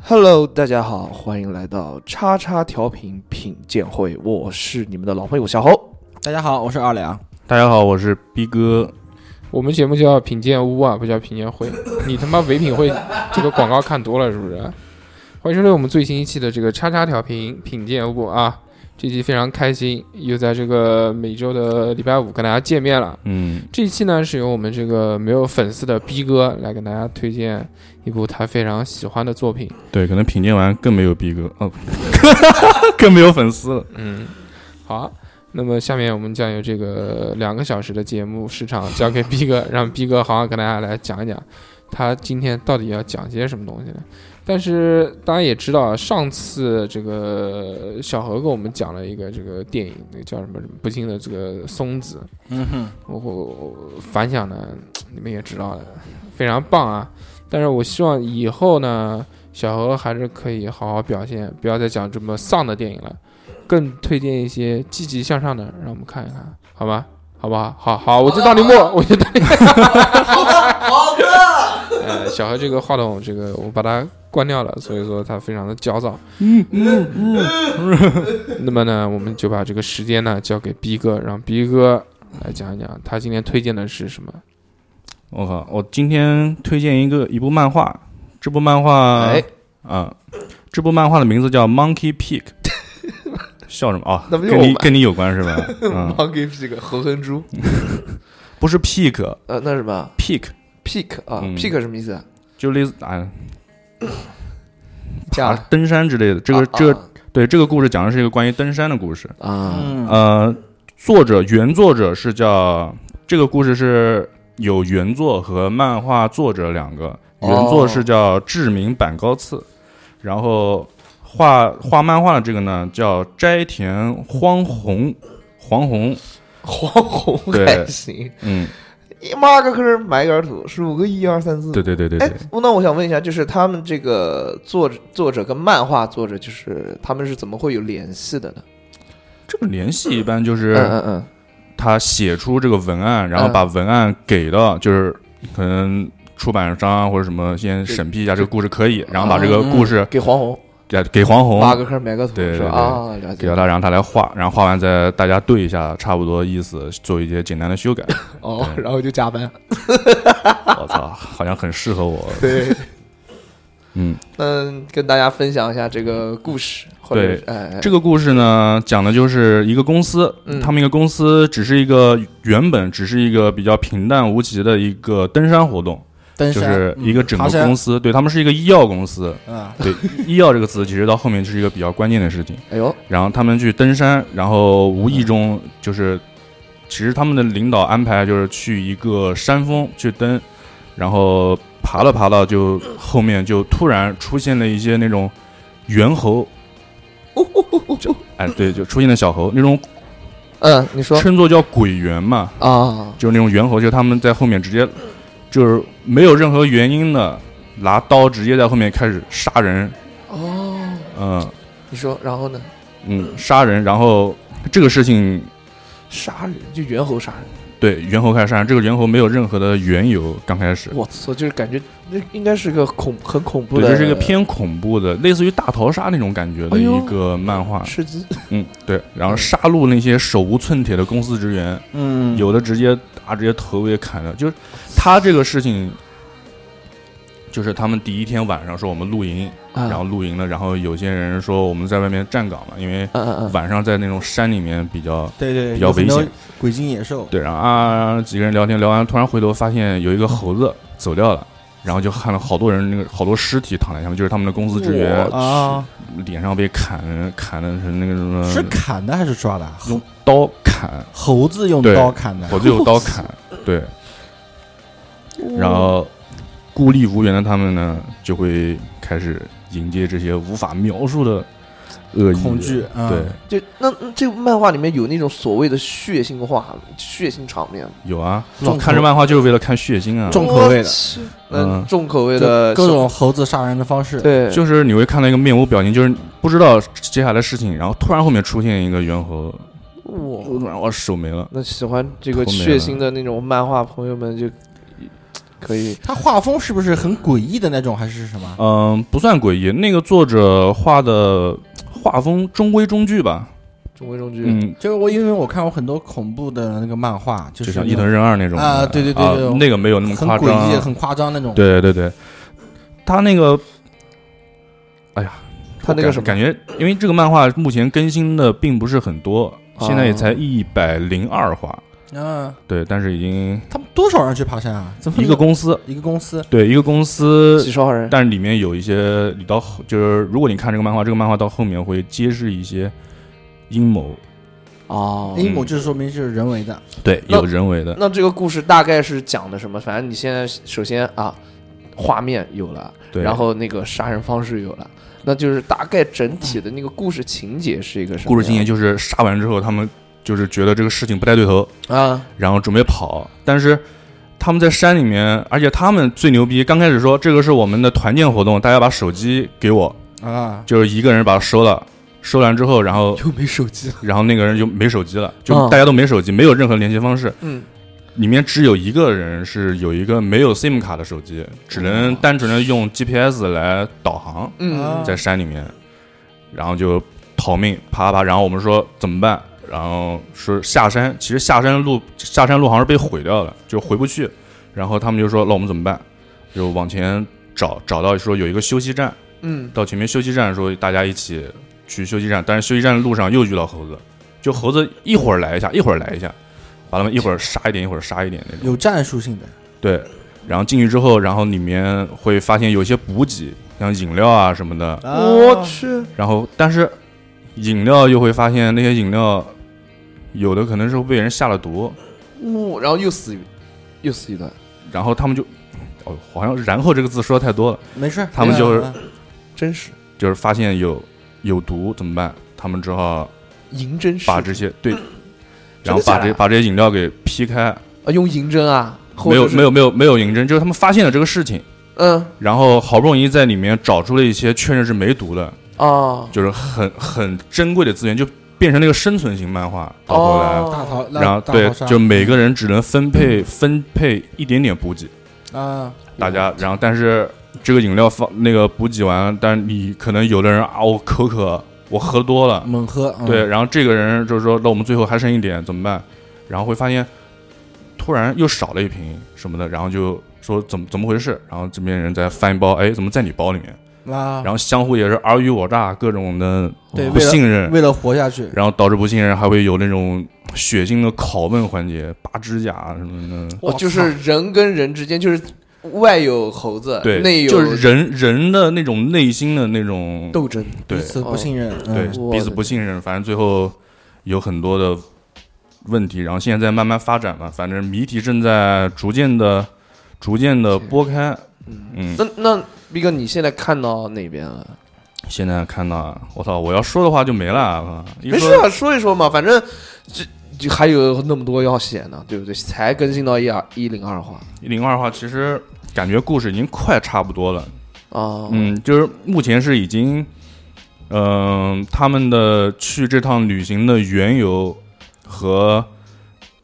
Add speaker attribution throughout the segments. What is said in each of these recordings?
Speaker 1: Hello，大家好，欢迎来到叉叉调频品鉴会，我是你们的老朋友小侯。
Speaker 2: 大家好，我是二两。
Speaker 3: 大家好，我是逼哥。
Speaker 4: 我们节目叫品鉴屋啊，不叫品鉴会。你他妈唯品会这个广告看多了是不是？欢迎收听我们最新一期的这个叉叉调频品鉴屋啊，这期非常开心，又在这个每周的礼拜五跟大家见面了。
Speaker 3: 嗯，
Speaker 4: 这一期呢是由我们这个没有粉丝的逼哥来跟大家推荐一部他非常喜欢的作品。
Speaker 3: 对，可能品鉴完更没有逼哥哦， 更没有粉丝了。
Speaker 4: 嗯，好啊、那么下面我们将由这个两个小时的节目时长交给逼哥，让逼哥好好跟大家来讲一讲，他今天到底要讲些什么东西呢？但是大家也知道啊，上次这个小何给我们讲了一个这个电影，那个叫什么《不幸的这个松子》，
Speaker 2: 嗯哼，
Speaker 4: 我我反响呢，你们也知道的，非常棒啊！但是我希望以后呢，小何还是可以好好表现，不要再讲这么丧的电影了，更推荐一些积极向上的，让我们看一看，好吗？好不好？好好，我就当你默， 我就当你。
Speaker 2: 好哥，
Speaker 4: 呃，小何这个话筒，这个我把它关掉了，所以说他非常的焦躁。嗯 嗯嗯。那么呢，我们就把这个时间呢交给逼哥，让逼哥来讲一讲他今天推荐的是什么。
Speaker 3: 我靠，我今天推荐一个一部漫画，这部漫画
Speaker 1: 哎，
Speaker 3: 啊，这部漫画的名字叫《Monkey Pig》。笑什么啊？
Speaker 1: 那不就
Speaker 3: 跟
Speaker 1: 我
Speaker 3: 你
Speaker 1: 吗
Speaker 3: 跟你有关是吧？ 嗯，
Speaker 1: Monkey Pig 猴哼猪，
Speaker 3: 不是 pig
Speaker 1: 呃，那是什么
Speaker 3: pig，
Speaker 1: Pig 啊、
Speaker 3: 嗯
Speaker 1: p i g 什么意 思啊？
Speaker 3: 就类似啊
Speaker 1: 假
Speaker 3: 啊登山之类的。这个
Speaker 1: 啊
Speaker 3: 这个对这个故事讲的是一个关于登山的故事。
Speaker 1: 啊
Speaker 2: 嗯，
Speaker 3: 呃，作者原作者是叫这个故事是有原作和漫画作者两个，
Speaker 1: 哦
Speaker 3: 原作是叫志明板高次，然后画画漫画的这个呢叫斋田荒弘，黄宏，
Speaker 1: 黄宏还行，
Speaker 3: 嗯，
Speaker 1: 一挖个坑埋个土，十五个一二三四。
Speaker 3: 对对对对
Speaker 1: 哎
Speaker 3: 对，，
Speaker 1: 那我想问一下，就是他们这个作者、作者跟漫画作者，就是他们是怎么会有联系的呢？
Speaker 3: 这个联系一般就
Speaker 1: 嗯
Speaker 3: 是
Speaker 1: 嗯嗯，
Speaker 3: 他写出这个文案，然后
Speaker 1: 嗯
Speaker 3: 把文案给到就是可能出版商啊或者什么先审批一下这个故事可以，然后把这
Speaker 1: 哦
Speaker 3: 个
Speaker 1: 嗯
Speaker 3: 故事
Speaker 1: 啊给黄宏
Speaker 3: 给给黄宏，
Speaker 1: 挖个坑埋个土，
Speaker 3: 对对
Speaker 1: 是吧？
Speaker 3: 对
Speaker 1: 啊，了
Speaker 3: 给
Speaker 1: 解
Speaker 3: 到。他，然后他来画，然后画完再大家对一下，差不多意思，做一些简单的修改。
Speaker 1: 哦，然后就加班。
Speaker 3: 我操，好像很适合我。
Speaker 1: 对，
Speaker 3: 嗯，
Speaker 1: 嗯，跟大家分享一下这个故事，或者
Speaker 3: 对
Speaker 1: 是哎，哎
Speaker 3: 这个故事呢，讲的就是一个公司，
Speaker 1: 嗯
Speaker 3: 他们一个公司只是一个原本只是一个比较平淡无奇的一个登山活动，
Speaker 2: 登
Speaker 3: 就
Speaker 2: 山嗯
Speaker 3: 是一个整
Speaker 2: 爬
Speaker 3: 个
Speaker 2: 山
Speaker 3: 公司，对他们是一个医药公司。
Speaker 2: 啊，
Speaker 3: 对，医药这个词其实到后面是一个比较关键的事情。
Speaker 1: 哎呦，
Speaker 3: 然后他们去登山，然后无意中就是，其实他们的领导安排就是去一个山峰去登，然后爬了爬到就后面就突然出现了一些那种猿猴，就哎对，就出现了小猴那种
Speaker 1: 嗯，你说
Speaker 3: 称作叫鬼猿嘛，
Speaker 1: 啊，
Speaker 3: 就是那种猿猴，就他们在后面直接就是没有任何原因的拿刀直接在后面开始杀人，
Speaker 1: 哦，
Speaker 3: 嗯
Speaker 1: 你说，然后呢？
Speaker 3: 嗯杀人，然后这个事情
Speaker 1: 杀人就猿猴杀人，
Speaker 3: 对，猿猴开始杀人，这个猿猴没有任何的缘由，刚开始，
Speaker 1: 我操，就是感觉那应该是个恐很恐怖
Speaker 3: 对，
Speaker 1: 的，
Speaker 3: 这是一个偏恐怖的，类似于大逃杀那种感觉的
Speaker 1: 哎呦
Speaker 3: 一个漫画，
Speaker 1: 吃鸡，
Speaker 3: 嗯，对，然后杀戮那些手无寸铁的公司职员，
Speaker 2: 嗯，
Speaker 3: 有的直接打，直接头也砍了，就是他这个事情。就是他们第一天晚上说我们露营，
Speaker 1: 啊
Speaker 3: 然后露营了，然后有些人说我们在外面站岗嘛，因为
Speaker 1: 嗯嗯嗯，
Speaker 3: 晚上在那种山里面比较
Speaker 2: 对对，
Speaker 3: 比较
Speaker 2: 有很
Speaker 3: 危
Speaker 2: 多
Speaker 3: 险
Speaker 2: 鬼精野兽，
Speaker 3: 对，然后啊几个人聊天聊完，突然回头发现有一个猴子走掉了，然后就看了好多人那个好多尸体躺在下面，就是他们的公司职员
Speaker 1: 哇
Speaker 2: 啊，
Speaker 3: 脸上被砍砍的是那个什么
Speaker 2: 是砍的还是抓的？猴
Speaker 3: 用刀砍，
Speaker 2: 猴子用
Speaker 3: 对
Speaker 2: 刀砍的，
Speaker 3: 猴子用刀砍，对，然后孤立无援的他们呢就会开始迎接这些无法描述的恶意
Speaker 2: 恐惧，嗯
Speaker 3: 对，，
Speaker 1: 就那那这个漫画里面有那种所谓的血腥画、血腥场面吗，
Speaker 3: 有啊，
Speaker 2: 重
Speaker 3: 看这漫画就是为了看血腥啊，
Speaker 2: 重口味的
Speaker 1: 我去，嗯，
Speaker 3: 嗯
Speaker 1: 重口味
Speaker 2: 就
Speaker 1: 的
Speaker 2: 各种猴子杀人的方式，
Speaker 1: 对，
Speaker 3: 就是你会看到一个面无表情，就是不知道接下来事情，然后突然后面出现一个猿猴，
Speaker 1: 哇，
Speaker 3: 突然我手没了，
Speaker 1: 那喜欢这个
Speaker 3: 头没
Speaker 1: 血
Speaker 3: 了
Speaker 1: 腥的那种漫画朋友们就可以，
Speaker 2: 他画风是不是很诡异的那种，还是什么？
Speaker 3: 嗯，不算诡异。那个作者画的画风中规中矩吧，
Speaker 1: 中规中矩。
Speaker 3: 嗯，
Speaker 2: 就是我因为我看过很多恐怖的那个漫画，就
Speaker 3: 就是像伊藤润二那种
Speaker 2: 啊对对对
Speaker 3: 啊
Speaker 2: 对对
Speaker 3: 那个没有那么
Speaker 2: 很
Speaker 3: 夸
Speaker 2: 诡
Speaker 3: 张。
Speaker 2: 异、
Speaker 3: 啊
Speaker 2: 很夸张那种。
Speaker 3: 对对对，他那个，哎呀，
Speaker 1: 他那个
Speaker 3: 感
Speaker 1: 什么
Speaker 3: 感觉，因为这个漫画目前更新的并不是很多，
Speaker 1: 啊
Speaker 3: 现在也才一百零二话，
Speaker 2: 嗯，
Speaker 3: 对，但是已经
Speaker 2: 他们多少人去爬山啊？怎么
Speaker 3: 一个公司，
Speaker 2: 一个公司？
Speaker 3: 对一个公司
Speaker 1: 几，十号人，
Speaker 3: 但是里面有一些，你到后就是如果你看这个漫画，这个漫画到后面会揭示一些阴谋，
Speaker 1: 哦
Speaker 3: 嗯
Speaker 2: 阴谋哎就是说明是人为的，
Speaker 3: 对，
Speaker 1: 那
Speaker 3: 有人为的，
Speaker 1: 那这个故事大概是讲的什么？反正你现在首先啊，画面有了，
Speaker 3: 对，
Speaker 1: 然后那个杀人方式有了，那就是大概整体的那个故事情节是一个什么样？
Speaker 3: 故事情节就是杀完之后，他们就是觉得这个事情不太对头，
Speaker 1: 啊，
Speaker 3: 然后准备跑，但是他们在山里面，而且他们最牛逼，刚开始说这个是我们的团建活动，大家把手机给我，
Speaker 2: 啊，
Speaker 3: 就是一个人把它收了，收完之后，然后
Speaker 1: 又没手机了，
Speaker 3: 然后那个人就没手机了，就
Speaker 1: 嗯
Speaker 3: 大家都没手机，没有任何联系方式，
Speaker 1: 嗯，
Speaker 3: 里面只有一个人是有一个没有 SIM 卡的手机，只能单纯的用 GPS 来导航，
Speaker 1: 嗯
Speaker 2: 啊，
Speaker 3: 在山里面，然后就逃命，爬爬爬。然后我们说怎么办？然后说下山，其实下山路下山路好像是被毁掉了，就回不去。然后他们就说那我们怎么办？就往前找，找到说有一个休息站，
Speaker 1: 嗯，
Speaker 3: 到前面休息站说大家一起去休息站，但是休息站路上又遇到猴子，就猴子一会儿来一下，一会儿来一下，把他们一会儿杀一点，一会儿杀一点那种。
Speaker 2: 有战术性的。
Speaker 3: 对，然后进去之后，然后里面会发现有一些补给，像饮料啊什么的，
Speaker 2: 啊
Speaker 1: 我去，
Speaker 3: 然后但是饮料又会发现那些饮料有的可能是被人下了毒，
Speaker 1: 呜，然后又死一，又死一段，
Speaker 3: 然后他们就哦，好像然后这个字说的太多了，
Speaker 2: 没事，
Speaker 3: 他们就是
Speaker 2: 嗯
Speaker 1: 真实
Speaker 3: 就是发现有有毒怎么办？他们只好
Speaker 1: 银针是
Speaker 3: 把这些对，然后
Speaker 1: 假
Speaker 3: 把
Speaker 1: 的
Speaker 3: 这把这些饮料给劈开，
Speaker 1: 啊，用银针啊，
Speaker 3: 没有
Speaker 1: 或者是
Speaker 3: 没有，没有没有银针，就是他们发现了这个事情，
Speaker 1: 嗯
Speaker 3: 然后好不容易在里面找出了一些确认是没毒的，
Speaker 1: 哦
Speaker 3: 就是很很珍贵的资源，就变成那个生存型漫画到后来。
Speaker 1: 哦，
Speaker 2: 大逃，
Speaker 3: 然后
Speaker 2: 大
Speaker 3: 对
Speaker 2: 逃，杀嗯
Speaker 3: 就每个人只能分配分配一点点补给，
Speaker 2: 啊，
Speaker 3: 大家，然后但是这个饮料放那个补给完，但是你可能有的人啊，我口渴，我喝多了，
Speaker 2: 猛喝，嗯
Speaker 3: 对，然后这个人就是说，那我们最后还剩一点怎么办？然后会发现突然又少了一瓶什么的，然后就说怎么怎么回事？然后这边人再翻一包，哎，怎么在你包里面？
Speaker 2: 啊
Speaker 3: 然，后相互也是尔虞我诈，各种的
Speaker 2: 对
Speaker 3: 不
Speaker 2: 为了
Speaker 3: 信任，
Speaker 2: 为了活下去，
Speaker 3: 然后导致不信任，还会有那种血腥的拷问环节，拔指甲啊什么的。
Speaker 1: 哦，
Speaker 2: 我
Speaker 1: 就是人跟人之间就是外有猴子，内
Speaker 3: 对，
Speaker 1: 有
Speaker 3: 就是人人的那种内心的那种
Speaker 1: 斗争，
Speaker 3: 对哦
Speaker 2: 彼此不信任，
Speaker 3: 对
Speaker 2: 嗯，
Speaker 1: 啊我
Speaker 3: 彼此
Speaker 1: 的
Speaker 3: 不信任，反正最后有很多的问题，然后现在在慢慢发展嘛，反正谜题正在逐渐的、逐渐的拨开。嗯，
Speaker 1: 那那毕哥，你现在看到哪边啊了？
Speaker 3: 现在看到啊，我操，我要说的话就没了啊，一
Speaker 1: 没
Speaker 3: 说
Speaker 1: 事啊，说一说嘛，反正这就还有那么多要写呢，对不对？才更新到一二一零二话
Speaker 3: 零二话其实感觉故事已经快差不多了，
Speaker 1: 啊，
Speaker 3: 嗯，就是目前是已经，嗯、他们的去这趟旅行的缘由和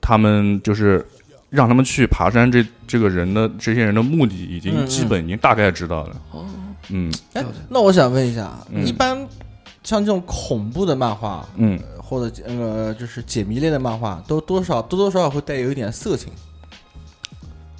Speaker 3: 他们就是让他们去爬山这这个人的这些人的目的，已
Speaker 2: 嗯
Speaker 3: 经
Speaker 2: 嗯
Speaker 3: 基本已经大概知道了。
Speaker 1: 哦
Speaker 3: 嗯
Speaker 2: 哎，那我想问一下，啊
Speaker 3: 嗯
Speaker 2: 一般像这种恐怖的漫画
Speaker 3: 嗯，
Speaker 2: 或者呃就是解谜类的漫画，都多少多多少少会带有一点 色情，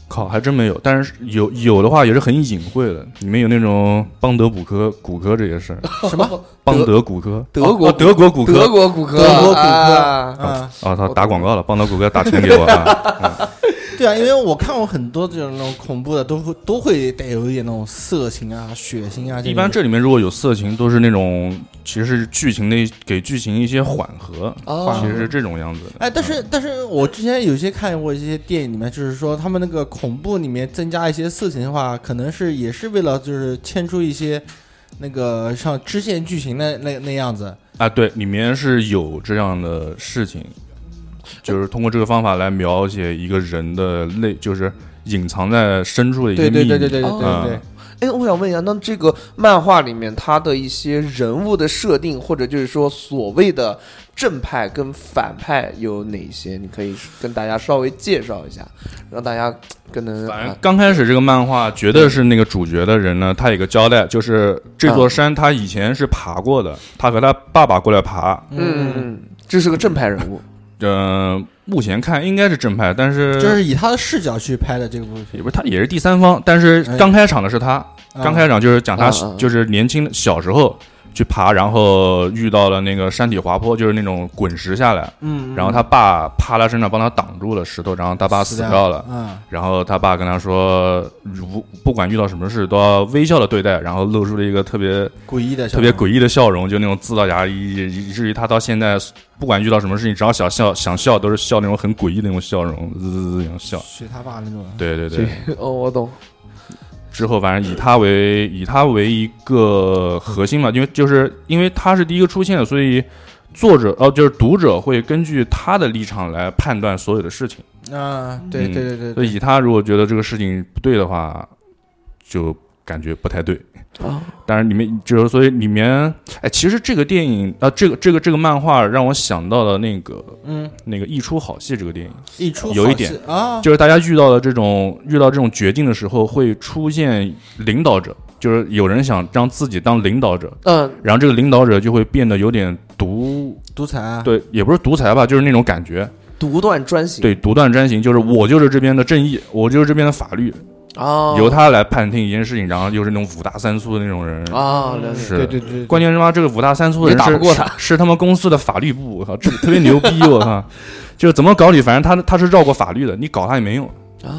Speaker 3: 靠，还真没有，但是有有的话也是很隐晦的，里面有那种邦德骨科骨科这些事儿，
Speaker 2: 什么？
Speaker 3: 邦德骨科，
Speaker 1: 德国
Speaker 3: 哦德国骨
Speaker 1: 德
Speaker 3: 科。
Speaker 1: 国骨科，
Speaker 2: 德国骨科
Speaker 1: 啊
Speaker 2: 啊，
Speaker 3: 啊，他打广告了，邦德骨科打钱给我啊！
Speaker 2: 对啊，因为我看过很多这种那种恐怖的，都会都会带有一点那种色情啊、血腥啊。
Speaker 3: 一般这里面如果有色情，都是那种其实是剧情的给剧情一些缓和，
Speaker 1: 哦
Speaker 3: 其实是这种样子的。
Speaker 2: 哎，但是但是我之前有些看过一些电影里面，就是说他们那个恐怖里面增加一些色情的话，可能是也是为了就是牵出一些那个像支线剧情那那那样子。
Speaker 3: 啊，对，里面是有这样的事情，就是通过这个方法来描写一个人的内，就是隐藏在深处的一个
Speaker 2: 对
Speaker 3: 秘密。啊
Speaker 2: 对对对对对对
Speaker 1: 哦
Speaker 2: 对
Speaker 1: 哎，我想问一下，那这个漫画里面它的一些人物的设定，或者就是说所谓的正派跟反派有哪些？你可以跟大家稍微介绍一下，让大家更能
Speaker 3: 反正
Speaker 1: 啊
Speaker 3: 刚开始这个漫画，觉得是那个主角的人呢，他有个交代，就是这
Speaker 2: 嗯
Speaker 3: 座山他以前是爬过的，他和他爸爸过来爬。
Speaker 1: 嗯，嗯，这是个正派人物。
Speaker 3: 嗯，目前看应该是正派，但是
Speaker 2: 嗯就是以他的视角去拍的这个部
Speaker 3: 也
Speaker 2: 片，啊
Speaker 3: 不是他也是第三方，但是
Speaker 2: 哎
Speaker 3: 刚开场的是他，刚开场就是讲他
Speaker 1: 嗯嗯嗯
Speaker 3: 就是年轻的小时候去爬，然后遇到了那个山体滑坡，就是那种滚石下来，
Speaker 2: 嗯，嗯
Speaker 3: 然后他爸趴他身上帮他挡住了石头，然后他爸死掉了。
Speaker 2: 嗯，
Speaker 3: 然后他爸跟他说，如不管遇到什么事都要微笑的对待，然后露出了一个特别
Speaker 2: 诡异的，
Speaker 3: 特别，诡异的笑容，就那种自到牙以以以至于他到现在不管遇到什么事情，只要想笑想笑都是笑那种很诡异的那种笑容，滋滋滋那种笑。
Speaker 2: 学他爸那种，
Speaker 3: 对对对，
Speaker 1: 哦，我懂。
Speaker 3: 之后反正以他为以他为一个核心嘛，因为就是因为他是第一个出现的，所以作者哦、就是读者会根据他的立场来判断所有的事情。
Speaker 2: 啊，对
Speaker 3: 嗯
Speaker 2: 对对
Speaker 3: 所
Speaker 2: 对对，
Speaker 3: 以以他如果觉得这个事情不对的话，就感觉不太对。
Speaker 2: 哦
Speaker 1: 啊，
Speaker 3: 当然，里面就是所以里面，哎，其实这个电影啊、这个这个这个漫画让我想到了那个
Speaker 2: 嗯，
Speaker 3: 那个《一出好戏》这个电影，
Speaker 2: 一出
Speaker 3: 有一
Speaker 2: 好戏
Speaker 3: 点
Speaker 2: 啊，
Speaker 3: 就是大家遇到的这种遇到这种绝境的时候，会出现领导者，就是有人想让自己当领导者，
Speaker 1: 嗯，
Speaker 3: 然后这个领导者就会变得有点独，
Speaker 2: 独裁啊，
Speaker 3: 对，也不是独裁吧，就是那种感觉，
Speaker 1: 独断专行。
Speaker 3: 对，独断专行，就是我就是这边的正义，我就是这边的法律，
Speaker 1: 啊，
Speaker 3: 由他来判定一件事情，然后又是那种五大三粗的那种人。
Speaker 1: 啊，了解。
Speaker 3: 是
Speaker 2: 对对对，
Speaker 3: 关键是妈这个五大三粗的
Speaker 1: 也
Speaker 3: 人
Speaker 1: 打
Speaker 3: 是
Speaker 1: 不过他
Speaker 3: 是，是他们公司的法律部，我靠，这特别牛逼，我靠，就是怎么搞你，反正他他是绕过法律的，你搞他也没用，
Speaker 1: 啊，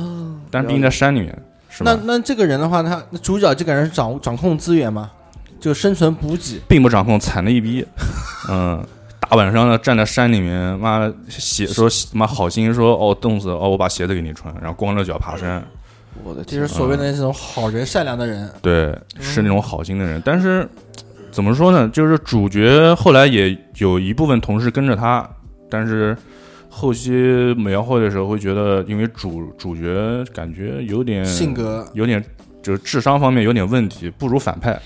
Speaker 3: 但是毕竟在山里面，是吧
Speaker 2: 那？那这个人的话，他那主角这个人是掌掌控资源嘛，就生存补给，
Speaker 3: 并不掌控，惨的一 逼。嗯，大晚上的站在山里面，妈鞋说妈好心说哦冻死了哦，我把鞋子给你穿，然后光着脚爬山。
Speaker 1: 我的
Speaker 2: 就
Speaker 1: 天
Speaker 2: 是，所谓
Speaker 3: 嗯
Speaker 2: 的那种好人、善良的人，
Speaker 3: 对，
Speaker 2: 嗯
Speaker 3: 是那种好心的人，但是怎么说呢？就是主角后来也有一部分同事跟着他，但是后期描绘的时候会觉得，因为主主角感觉有点
Speaker 2: 性格
Speaker 3: 有点就是智商方面有点问题，不如反派。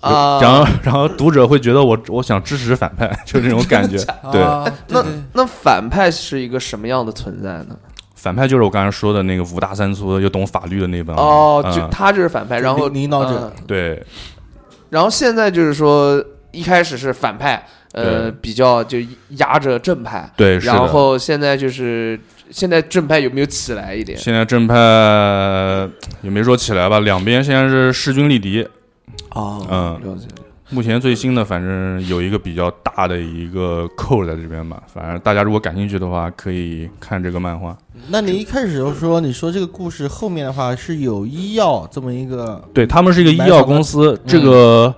Speaker 1: 啊，
Speaker 3: 然后， 然后读者会觉得我我想支持反派， 就这种感觉。对，
Speaker 2: 啊
Speaker 1: 那
Speaker 2: 对对
Speaker 1: 那反派是一个什么样的存在呢？
Speaker 3: 反派就是我刚才说的那个五大三粗的又懂法律的那帮。
Speaker 1: 哦，
Speaker 3: 嗯
Speaker 1: 就他就是反派，
Speaker 2: 就
Speaker 1: 然后
Speaker 2: 领领导者
Speaker 1: 嗯
Speaker 3: 对
Speaker 1: 然后现在就是说，一开始是反派，呃，
Speaker 3: 对
Speaker 1: 比较就压着正派，
Speaker 3: 对，是的。
Speaker 1: 然后现在就是现在正派有没有起来一点？
Speaker 3: 现在正派也没说起来吧，两边现在是势均力敌。
Speaker 1: 哦
Speaker 3: 嗯
Speaker 1: 了解。
Speaker 3: 目前最新的，反正有一个比较大的一个扣在这边吧。反正大家如果感兴趣的话，可以看这个漫画。
Speaker 2: 那你一开始就说，你说这个故事后面的话是有医药这么一个，
Speaker 3: 对他们是一个医药公司，
Speaker 1: 嗯
Speaker 3: 这个，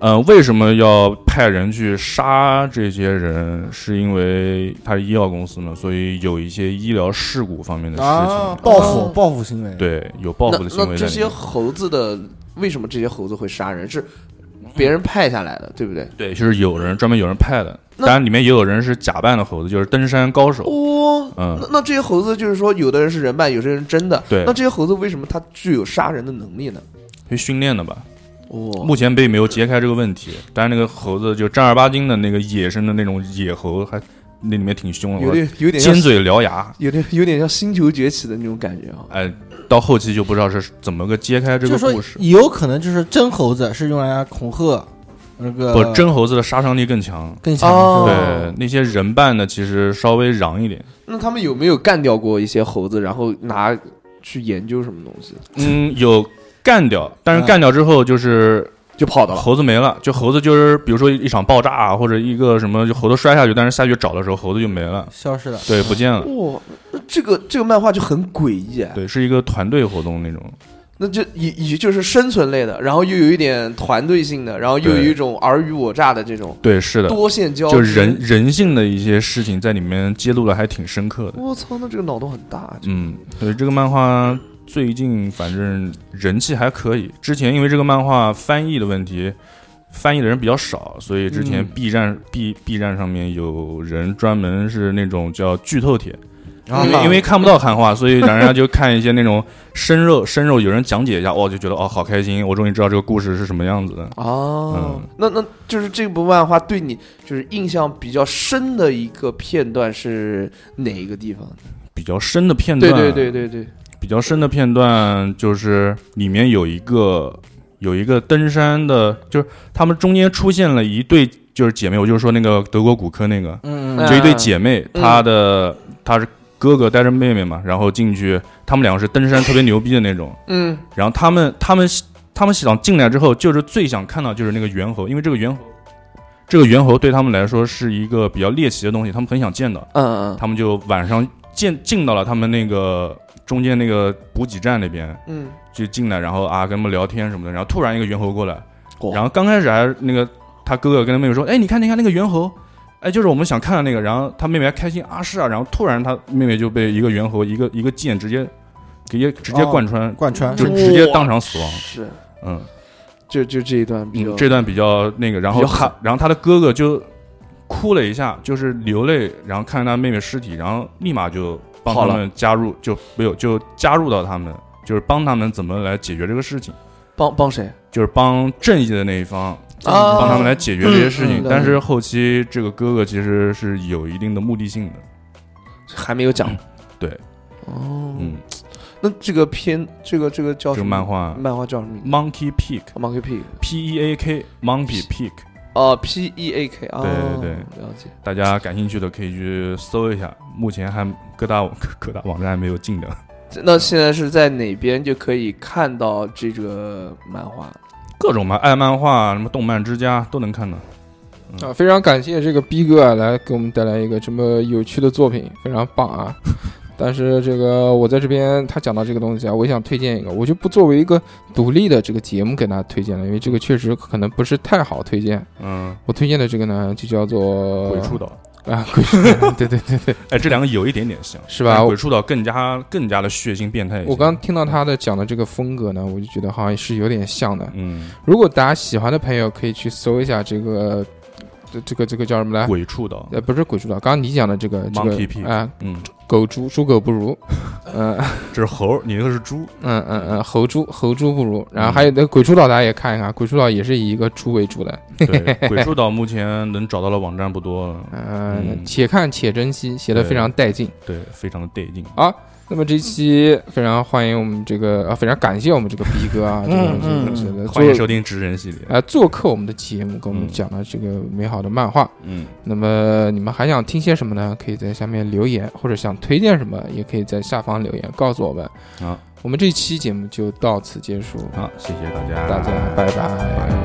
Speaker 3: 呃，为什么要派人去杀这些人？是因为他是医药公司嘛，所以有一些医疗事故方嗯面的事情。
Speaker 2: 啊，报复、
Speaker 1: 哦
Speaker 2: 报复行为，，
Speaker 3: 对，有报复的行
Speaker 1: 那
Speaker 3: 为
Speaker 1: 那
Speaker 3: 在
Speaker 1: 这
Speaker 3: 里
Speaker 1: 些
Speaker 3: 面。
Speaker 1: 猴子的为什么这些猴子会杀人？是别人派下来的，对不对？
Speaker 3: 对，就是有人专门有人派的，
Speaker 1: 那
Speaker 3: 当然里面也有人是假扮的猴子，就是登山高手。
Speaker 1: 哦，
Speaker 3: 嗯
Speaker 1: 那，那这些猴子就是说，有的人是人扮，有些人真的。
Speaker 3: 对
Speaker 1: 那这些猴子为什么它具有杀人的能力呢？
Speaker 3: 去训练的吧。
Speaker 1: 哦，
Speaker 3: 目前并没有揭开这个问题，但是那个猴子就正儿八经的那个野生的那种野猴，还那里面挺凶的，
Speaker 1: 有点有点像
Speaker 3: 尖，嘴獠牙。
Speaker 1: 有点有点像星球崛起的那种感觉啊。
Speaker 3: 哎，到后期就不知道是怎么个揭开这
Speaker 2: 就
Speaker 3: 个
Speaker 2: 是说
Speaker 3: 故事。
Speaker 2: 有可能就是真猴子是用来恐吓那个
Speaker 3: 不，真猴子的杀伤力更强。
Speaker 2: 更强，
Speaker 1: 哦
Speaker 2: 是吧
Speaker 3: 对，那些人扮的其实稍微瓤一点。
Speaker 1: 那他们有没有干掉过一些猴子，然后拿去研究什么东西，
Speaker 3: 嗯，有干掉，但是
Speaker 2: 嗯
Speaker 3: 干掉之后就是
Speaker 1: 就跑到了？
Speaker 3: 猴子没了，就猴子就是比如说一场爆炸啊或者一个什么，就猴子摔下去，但是下去找的时候猴子就没了，
Speaker 2: 消失了，
Speaker 3: 对，不见了。
Speaker 1: 哇、那这个这个漫画就很诡异哎。
Speaker 3: 对，是一个团队活动那种。
Speaker 1: 那就也也就是生存类的，然后又有一点团队性的，然后又有
Speaker 3: 对
Speaker 1: 一种尔虞我诈的这种
Speaker 3: 对，是的，
Speaker 1: 多线交织。
Speaker 3: 就人人性的一些事情在里面揭露的还挺深刻的。
Speaker 1: 我操，那这个脑洞很大。啊这个
Speaker 3: 嗯，对，这个漫画最近反正人气还可以。之前因为这个漫画翻译的问题，翻译的人比较少，所以之前
Speaker 1: 嗯 啊
Speaker 3: B 站、B B 站上面有人专门是那种叫剧透帖，
Speaker 2: 然后
Speaker 3: 因为因为看不到汉化，所以大家就看一些那种生肉生肉，有人讲解一下，哦，就觉得哦好开心，我终于知道这个故事是什么样子的。
Speaker 1: 哦
Speaker 3: 嗯，
Speaker 1: 那那就是这部漫画对你就是印象比较深的一个片段是哪一个地方？
Speaker 3: 比较深的片
Speaker 1: 对
Speaker 3: 段，
Speaker 1: 对对对对，
Speaker 3: 比较深的片段就是里面有一个有一个登山的，就是他们中间出现了一对就是姐妹，我就是说那个德国骨科那个，
Speaker 2: 嗯
Speaker 1: 嗯
Speaker 3: 就一对姐妹，
Speaker 1: 嗯
Speaker 3: 她的她是哥哥带着妹妹嘛，然后进去，他们两个是登山特别牛逼的那种，
Speaker 1: 嗯，
Speaker 3: 然后他们他们他们想进来之后，就是最想看到就是那个猿猴，因为这个猿猴。这个猿猴对他们来说是一个比较猎奇的东西，他们很想见到。
Speaker 1: 嗯嗯
Speaker 3: 他们就晚上进进到了他们那个中间那个补给站那边，
Speaker 1: 嗯，
Speaker 3: 就进来，然后啊跟他们聊天什么的，然后突然一个猿猴过来，
Speaker 1: 哇
Speaker 3: 然后刚开始还那个他哥哥跟他妹妹说，哎，你看你看那个猿猴，哎，就是我们想看的那个，然后他妹妹还开心啊是啊，然后突然他妹妹就被一个猿猴一个一个箭直接直接直接贯穿，
Speaker 2: 贯穿
Speaker 3: 就直接当场死亡，
Speaker 1: 是，
Speaker 3: 嗯，
Speaker 1: 就就这一段比较
Speaker 3: 嗯这段比较那个，然后
Speaker 1: 比较狠
Speaker 3: 他然后他的哥哥就哭了一下，就是流泪，然后看着他妹妹尸体，然后立马就帮
Speaker 1: 跑
Speaker 3: 他
Speaker 1: 了
Speaker 3: 们加入，就没有就加入到他们，就是帮他们怎么来解决这个事情。
Speaker 1: 帮帮谁
Speaker 3: 就是帮正义的那一方，
Speaker 1: 啊？
Speaker 3: 嗯帮他们来解决这些事情。
Speaker 1: 嗯嗯
Speaker 3: 但是后期这个哥哥其实是有一定的目的性的，
Speaker 1: 还没有讲，
Speaker 3: 嗯对，
Speaker 1: 哦，
Speaker 3: 嗯，
Speaker 1: 那这个片这个这个叫
Speaker 3: 这
Speaker 1: 什
Speaker 3: 个
Speaker 1: 么
Speaker 3: 漫画啊
Speaker 1: 漫画叫什么名字啊
Speaker 3: Monkey Peak
Speaker 1: ？Monkey Pig
Speaker 3: P E A K Monkey Peak，
Speaker 1: 哦 p E A K 啊，
Speaker 3: 对对
Speaker 1: 了解。
Speaker 3: 大家感兴趣的可以去搜一下，目前还各大网各大网站还没有进的，
Speaker 1: 那现在是在哪边就可以看到这个漫画？
Speaker 3: 各种嘛，爱漫画什么动漫之家都能看到。嗯
Speaker 4: 啊，非常感谢这个逼哥啊，来给我们带来一个这么有趣的作品，非常棒啊！ 但是这个我在这边他讲到这个东西啊，我也想推荐一个，我就不作为一个独立的这个节目给大家推荐了，因为这个确实可能不是太好推荐。
Speaker 3: 嗯，
Speaker 4: 我推荐的这个呢，就叫做
Speaker 3: 鬼畜岛，
Speaker 4: 啊，鬼畜 岛，对对对对，
Speaker 3: 哎，这两个有一点点像，
Speaker 4: 是吧
Speaker 3: 但鬼畜岛更加更加的血腥变态一些。
Speaker 4: 我刚听到他的讲的这个风格呢，我就觉得好像是有点像的。
Speaker 3: 嗯，
Speaker 4: 如果大家喜欢的朋友，可以去搜一下这个，这这个这个叫什么来？
Speaker 3: 鬼畜岛，
Speaker 4: 呃，不是鬼畜岛，刚刚你讲的这个这
Speaker 3: Monkey Pig
Speaker 4: 个啊，
Speaker 3: 嗯，
Speaker 4: 狗猪猪狗不 如，嗯
Speaker 3: 这是猴，你那个是猪，
Speaker 4: 嗯嗯 嗯，猴猪猴猪不如。
Speaker 3: 嗯
Speaker 4: 然后还有那个鬼畜岛，大家也看一看，鬼畜岛也是以一个猪为主的，
Speaker 3: 对，鬼畜岛目前能找到的网站不多了，
Speaker 4: 嗯，
Speaker 3: 嗯
Speaker 4: 且看且珍惜，写的非常带劲。
Speaker 3: 对，非常的带劲。
Speaker 4: 好，那么这期非常欢迎我们这个啊，非常感谢我们这个逼哥啊，这个
Speaker 2: 嗯
Speaker 4: 这个
Speaker 2: 嗯
Speaker 4: 这个
Speaker 3: 欢迎
Speaker 4: 呃做
Speaker 3: 收听职人系列，
Speaker 4: 啊做客我们的节目，跟我们
Speaker 3: 嗯
Speaker 4: 讲了这个美好的漫画。
Speaker 3: 嗯，
Speaker 4: 那么你们还想听些什么呢？可以在下面留言，或者想推荐什么，也可以在下方留言告诉我们。
Speaker 3: 好，
Speaker 4: 我们这期节目就到此结束，
Speaker 3: 好，谢谢大家，
Speaker 4: 大家拜拜